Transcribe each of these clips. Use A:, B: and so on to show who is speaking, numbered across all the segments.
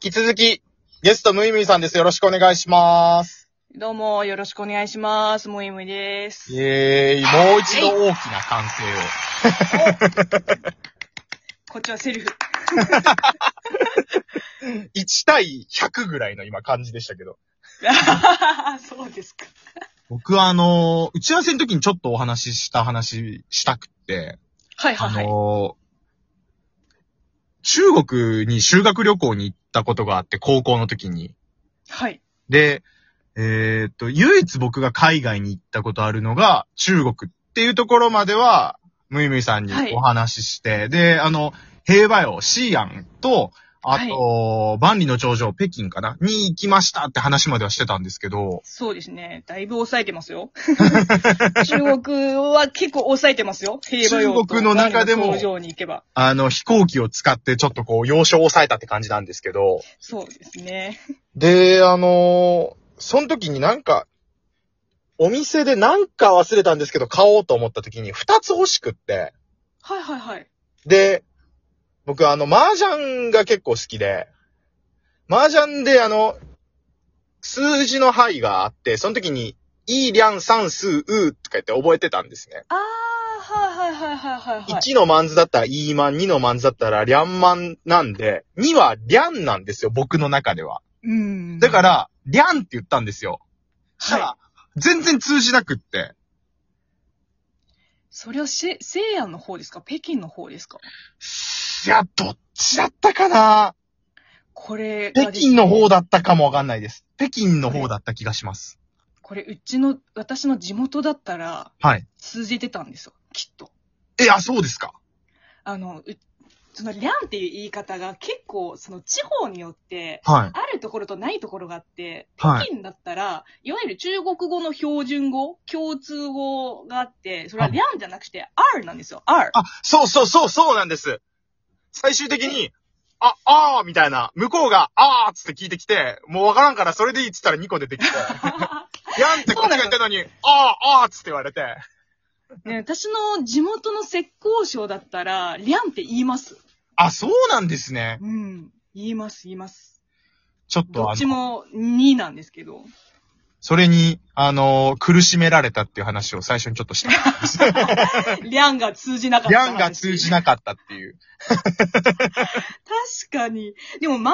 A: き続き、ゲストムイムイさんです。よろしくお願いします。
B: どうも、よろしくお願いします。むいむいです。
A: イェーイ。もう一度大きな歓声を。
B: こっちはセ ルフ。
A: 1対100ぐらいの今感じでしたけど。
B: そうですか。
A: 僕はあのー、打ち合わせの時にちょっとお話しした話したくって、
B: はい
A: あ
B: はいはい。
A: のー、中国に修学旅行に行ったことがあって、高校の時に。
B: はい。
A: で、えーっと、唯一僕が海外に行ったことあるのが、中国っていうところまでは、ムイムイさんに
B: はい
A: お話しして、で、あの、平和よ、シーアンと、あと、万里の長城、北京かなに行きましたって話まではしてたんですけど、
B: そうですね。だいぶ抑えてま すよ。中国は結構抑えてますよ。平和用と
A: 中国の中でも
B: 工場に行けば。
A: あの、飛行機を使ってちょっとこう、要所を抑えたって感じなんですけど、
B: そうですね。
A: で、あのーその時になんか、お店でなんか忘れたんですけど、買おうと思った時に二つ欲しくって、
B: はいはいはい。
A: で、僕あの、麻雀が結構好きで、麻雀であの、数字の範囲があって、その時に、いーりゃん、さん、すう、うとか言って覚えてたんですね。
B: あー、はいはいはいはいはい、はい。
A: 1のマンズだったらいーマン、2のマンズだったらりゃんマンなんで、2はりゃんなんですよ、僕の中では。
B: うん。
A: だから、りゃんって言ったんですよ。したら、
B: は
A: 全然通じなくって。
B: い。それはせ、西安の方ですか北京の方ですか
A: いや、どっちだったかな
B: これが
A: 北
B: です
A: 京
B: ね
A: の方だったかもわかんないです。北京の方だった気がします。
B: これ、うちの、私の地元だったら、
A: はい。
B: 通じてたんですよ。きっと。
A: え、あ、そうですか。
B: あの、うその、りゃんっていう言い方が結構、その地方によって、
A: はい。
B: あるところとないところがあって、
A: は
B: 北。京だったら、いわゆる中国語の標準語、共通語があって、それは
A: はい
B: りゃんじゃなくて、R なんですよ、R。
A: あ、そうそうそう、そうなんです。最終的に、あ、あーみたいな、向こうが、あーっつって聞いてきて、もうわからんからそれでいいっつったら2個出てき て、やんってこっちが言ってんのに、あー、あーっつって言われて。
B: ね、私の地元の浙江省だったら、りゃんって言います。
A: あ、そうなんですね。
B: うん。言います、言います。
A: ちょっ
B: ど
A: とあ
B: っち
A: の、
B: も2なんですけど。
A: それに、あのー苦しめられたっていう話を最初にちょっとした。
B: りゃんが通じなかった
A: ヤ
B: 話。
A: ンが通じなかったっていう。
B: 確かに。でも、麻雀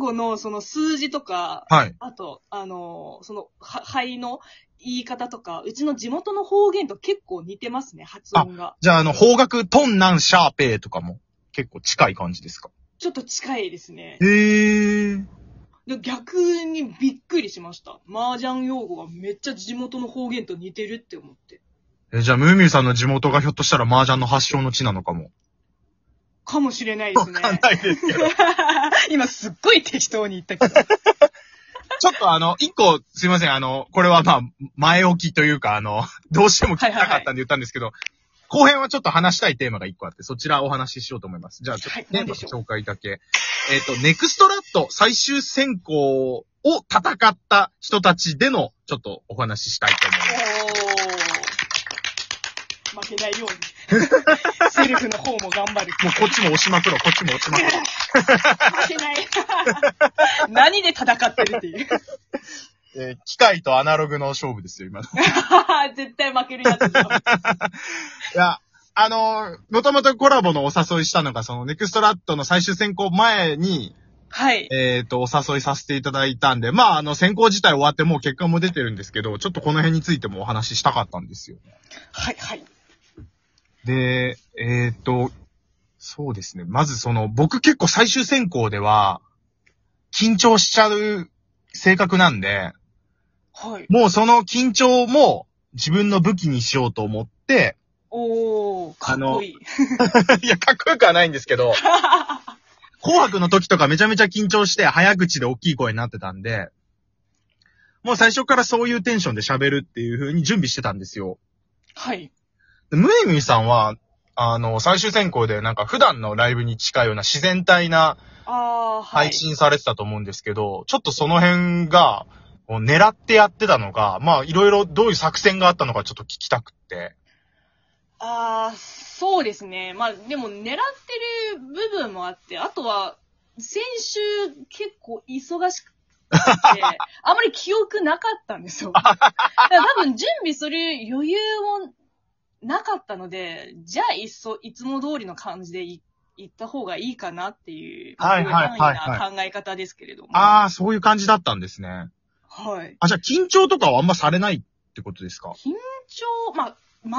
B: 用語のその数字とか、
A: はい。
B: あと、あのーその、は肺の言い方とか、うちの地元の方言と結構似てますね、発音が。
A: じゃあ、あの、方角、トンナン、シャーペーとかも、結構近い感じですか
B: ちょっと近いですね。
A: へえ。
B: で逆にびっくりしました。麻雀用語がめっちゃ地元の方言と似てるって思って。
A: え、じゃあ、ムーミンさんの地元がひょっとしたら麻雀の発祥の地なのかも。
B: かもしれ ないですね。
A: ないです けど。
B: 今すっごい適当に言ったけど。
A: ちょっとあの、一個、すいません、あの、これはまあ、前置きというか、あの、どうしても聞きたかったんで言ったんですけど、後編はちょっと話したいテーマが一個あって、そちらをお話ししようと思います。じゃあ、ちょっ
B: はい
A: とテー
B: 何
A: マ
B: でしょう
A: の紹介だけ。えっ、と、ネクストラット最終選考を戦った人たちでの、ちょっとお話ししたいと思います。
B: おー。負けないように。 セルフの方も頑 張る。
A: もうこっちも押しまくろう、こっちも押しまくろう。
B: 負けない。 何で戦ってるって いう。
A: えー機械とアナログの勝負ですよ、今の。
B: 絶対負けるやつじゃん。
A: いや、あのもともとコラボのお誘いしたのが、その、ネクストラットの最終選考前に、
B: はい。
A: えっ、と、お誘いさせていただいたんで、まあ、あの、選考自体終わってもう結果も出てるんですけど、ちょっとこの辺についてもお話ししたかったんですよ。
B: はい、はい。
A: で、えっ、と、そうですね。まずその、僕結構最終選考では、緊張しちゃう性格なんで、
B: はい。
A: もうその緊張も自分の武器にしようと思って、
B: おー、かっこいい。
A: いや、かっこよくはないんです けど、紅白の時とかめちゃめちゃ緊張して早口で大きい声になってたんで、もう最初からそういうテンションで喋るっていう風に準備してたんですよ。
B: はい。
A: でムイムイさんは、あの、最終選考でなんか普段のライブに近いような自然体な
B: あー、はい
A: 配。信されてたと思うんですけど、ちょっとその辺が、こう狙ってやってたのが、まあいろいろどういう作戦があったのかちょっと聞きたくって。
B: あー、そうですね。まあ、でも狙ってる部分もあって、あとは、先週結構 忙しくて、あまり記憶なかったんですよ。だから多分準備する余裕もなかったので、じゃあいっそ、いつも通りの感じでい行った方がいいかなっていう、
A: はいはいはいはい
B: すご安易な考え方ですけれども。
A: ああ、そういう感じだったんですね。
B: はい。
A: あ、じゃあ緊張とかはあんまされないってことですか
B: 緊張、ま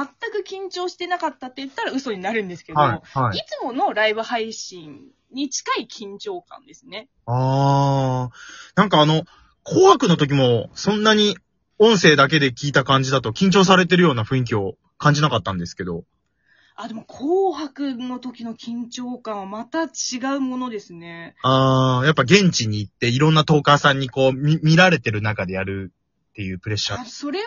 B: あ、全く緊張してなかったって言ったら嘘になるんですけど、
A: はい
B: い、、
A: はい。
B: つものライブ配信に近い緊張感ですね。
A: ああ、なんかあの、紅白の時もそんなに音声だけで聞いた感じだと緊張されてるような雰囲気を感じなかったんですけど。
B: あ、でも、紅白の時の緊張感はまた違うものですね。
A: ああ、やっぱ現地に行っていろんなトーカーさんにこう見見られてる中でやるっていうプレッシャー
B: あ。それも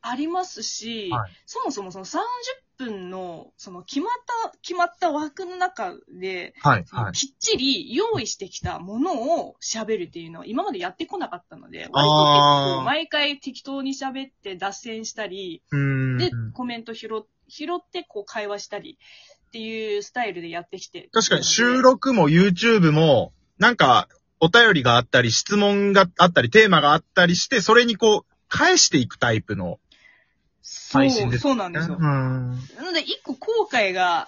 B: ありますし、
A: はい
B: そもそもその30分の、その決まった、決まった枠の中で、
A: はい、はい。
B: きっちり用意してきたものを喋るっていうのは今までやってこなかったので、割と結
A: あー
B: 構毎回適当に喋って脱線したり、
A: うーん。
B: で、コメント拾っ拾ってこう会話したりっていうスタイルでやってきて。
A: 確かに収録も YouTube も、なんか、お便りがあったり、質問があったり、テーマがあったりして、それにこう、返していくタイプの。
B: そう
A: 配信です
B: そうなんですよ。
A: ん。
B: なので、一個後悔が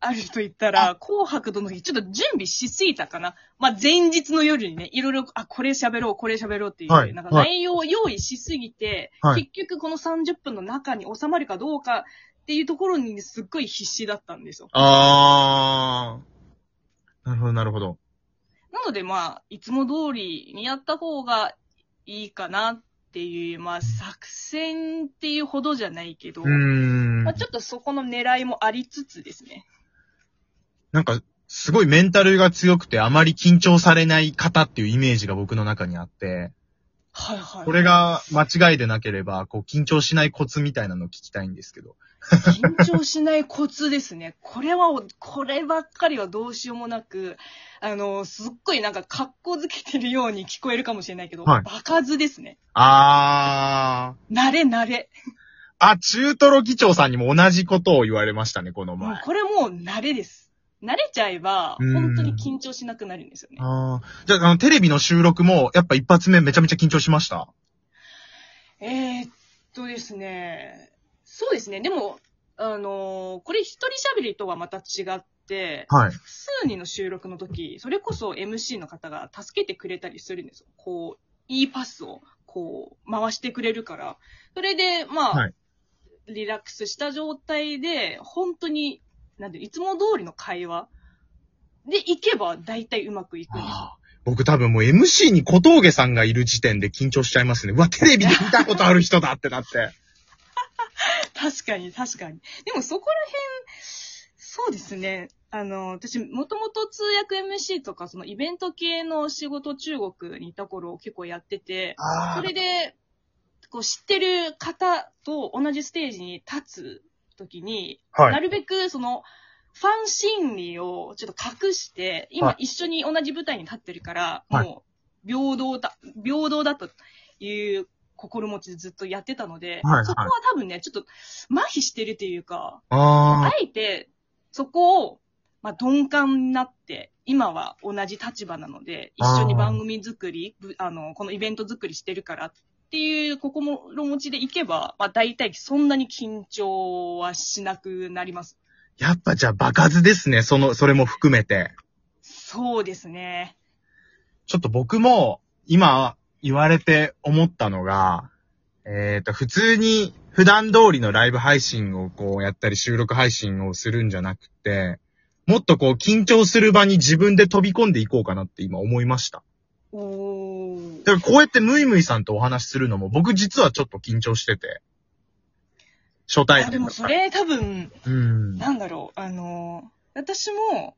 B: あると言ったら、紅白の時、ちょっと準備しすぎたかな。まあ、前日の夜にね、いろいろ、あ、これ喋ろう、これ喋ろうっていう、
A: はい
B: なんか
A: はい
B: 内容を用意しすぎて、
A: はい
B: 結局この30分の中に収まるかどうかっていうところにすっごい必死だったんですよ。
A: あー。なるほど、なるほど。
B: なので、まあ、いつも通りにやった方がいいかなっていう、まあ、作戦っていうほどじゃないけど、
A: うーん。
B: まあ、ちょっとそこの狙いもありつつですね。
A: なんか、すごいメンタルが強くて、あまり緊張されない方っていうイメージが僕の中にあって、
B: はいはい。
A: これが間違いでなければ、こう、緊張しないコツみたいなのを聞きたいんですけど。
B: 緊張しないコツですね。これは、こればっかりはどうしようもなく、あの、すっごいなんか格好づけてるように聞こえるかもしれないけど、
A: はい
B: バカずですね。
A: あー。
B: 慣れ慣れ。
A: あ、中トロ議長さんにも同じことを言われましたね、この
B: もう
A: 前。
B: これもう慣れです。慣れちゃえば、
A: うん
B: 本当に緊張しなくなるんですよね。
A: ああ。じゃあ、あの、テレビの収録も、やっぱ一発目めちゃめちゃ緊張しました。
B: えー、っとですね、そうですね。でも、あのこれ一人喋りとはまた違って、
A: はい。
B: 複数人の収録の時、それこそ MC の方が助けてくれたりするんですよ。こう、いいパスを、こう、回してくれるから。それで、まあ、
A: はい
B: リラックスした状態で、本当に、なんていうのいつも通りの会話で行けば大体うまくいくんですよ。
A: ああ僕多分もう MC に小峠さんがいる時点で緊張しちゃいますね。うわ、テレビで見たことある人だってなって。
B: 確かに、確かに。でもそこら辺、そうですね。あの、私、もともと通訳 MC とか、そのイベント系の仕事中国にいた頃結構やってて、
A: あ
B: それで、こう知ってる方と同じステージに立つときに、
A: あ。は。
B: ないるべくその、ファン心理をちょっと隠して、
A: は
B: 今一緒に同じ舞台に立ってるから、
A: はい
B: もう、平等だ、平等だという心持ちでずっとやってたので、
A: はいはい
B: そこは多分ね、ちょっと麻痺してるというか、あ
A: あ
B: えて、そこを、まあ、鈍感になって、今は同じ立場なので、一緒に番組作り、ぶあの、このイベント作りしてるからっていう心持ちでいけば、まあ、大体そんなに緊張はしなくなります。
A: あ。やっぱじゃあ、場数ですね。その、それも含めて。
B: そうですね。
A: ちょっと僕も今言われて思ったのが、えっ、と、普通に普段通りのライブ配信をこうやったり収録配信をするんじゃなくて、もっとこう緊張する場に自分で飛び込んでいこうかなって今思いました。
B: おー。
A: だからこうやってムイムイさんとお話しするのも僕実はちょっと緊張してて。初対
B: あ
A: 面
B: でも
A: だ
B: そ
A: から
B: れ多分、
A: うん。
B: なんだろう、あの、私も、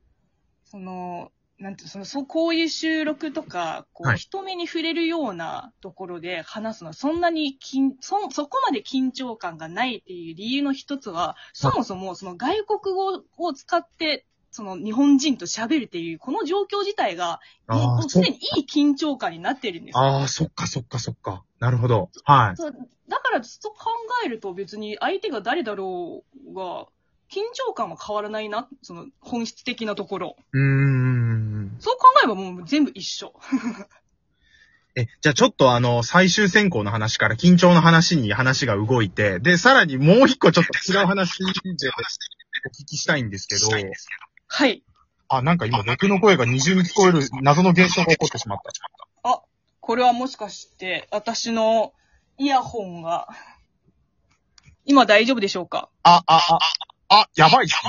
B: その、なんていうの、その、そう、こういう収録とか、こう、
A: はい
B: 人目に触れるようなところで話すのは、そんなに緊、そ、そこまで緊張感がないっていう理由の一つは、そもそも、その外国語を使って、その日本人と喋るっていう、この状況自体が、
A: あ
B: も
A: あ、
B: うす
A: そ
B: でにいい緊張感になってるんですよ
A: ああ、そっかそっかそっか。なるほど。はい。
B: そうだから、そう考えると別に相手が誰だろうが、緊張感は変わらないな、その本質的なところ。
A: うーん。
B: そう考えればもう全部一緒。
A: え、じゃあちょっとあの、最終選考の話から緊張の話に話が動いて、で、さらにもう一個ちょっと違う話でお聞きしたいんですけど、
B: はい。
A: あ、なんか今僕の声が二重に聞こえる謎の現象が起こってしまった。
B: これはもしかして、私のイヤホンが、今大丈夫でしょうか
A: あ、あ、あ、あ、やばいっす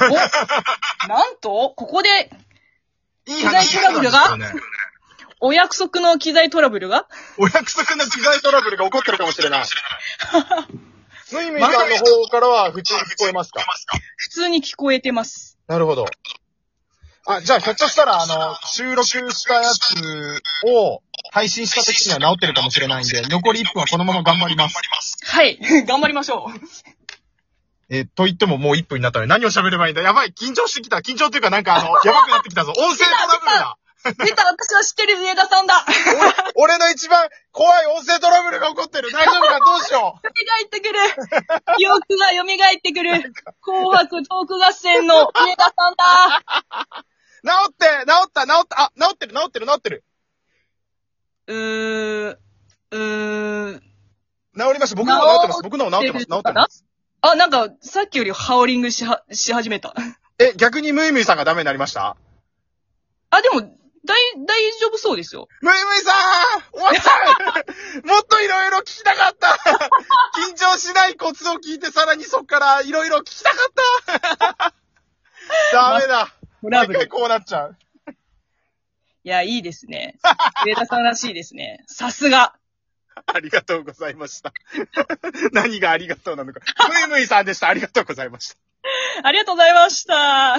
A: ね。
B: おなんと、ここで、
A: い
B: 機材トラブルが
A: なんですよね
B: お約束の機材トラブルが
A: お約束の機材トラブルが起こってるかもしれない。スイミさんの方からは普通に聞こえますか
B: 普通に聞こえてます。
A: なるほど。あ、じゃあひょっとしたら、あの、収録したやつを配信した時には治ってるかもしれないんで、残り1分はこのまま頑張ります。
B: はい。 頑張りましょう。
A: えーと言ってももう1分になったので何を喋ればいいんだやばい緊張してきた緊張というかなんかあの、やばくなってきたぞ音声トラブルだ
B: 出た、私は知ってる上田さんだ。
A: 俺の一番怖い音声トラブルが起こってる大丈夫かどうしよ
B: 蘇ってくる。記憶が蘇ってくる。紅白トーク合戦の上田さんだ。
A: う治って治った治ったあ、治ってる治ってる治ってる
B: うーん。うーん。
A: 治りました。僕のも治ってます。僕のも治ってます。治ってます。
B: あ、なんか、さっきよりハウリングしは、し始めた。
A: え、逆にムイムイさんがダメになりました
B: あ、でも、大、大丈夫そうですよ。
A: ムイムイさんおっさん もっといろいろ聞きたかった 緊張しないコツを聞いて、さらにそっからいろいろ聞きたか ったダメだ。
B: トラ
A: 毎
B: ブ
A: 回
B: ル。
A: こうなっちゃう。
B: いや、いいですね。上田さんらしいですね。さすが。
A: ありがとうございました。何がありがとうなのか。ムイムイさんでした。ありがとうございました。
B: ありがとうございました。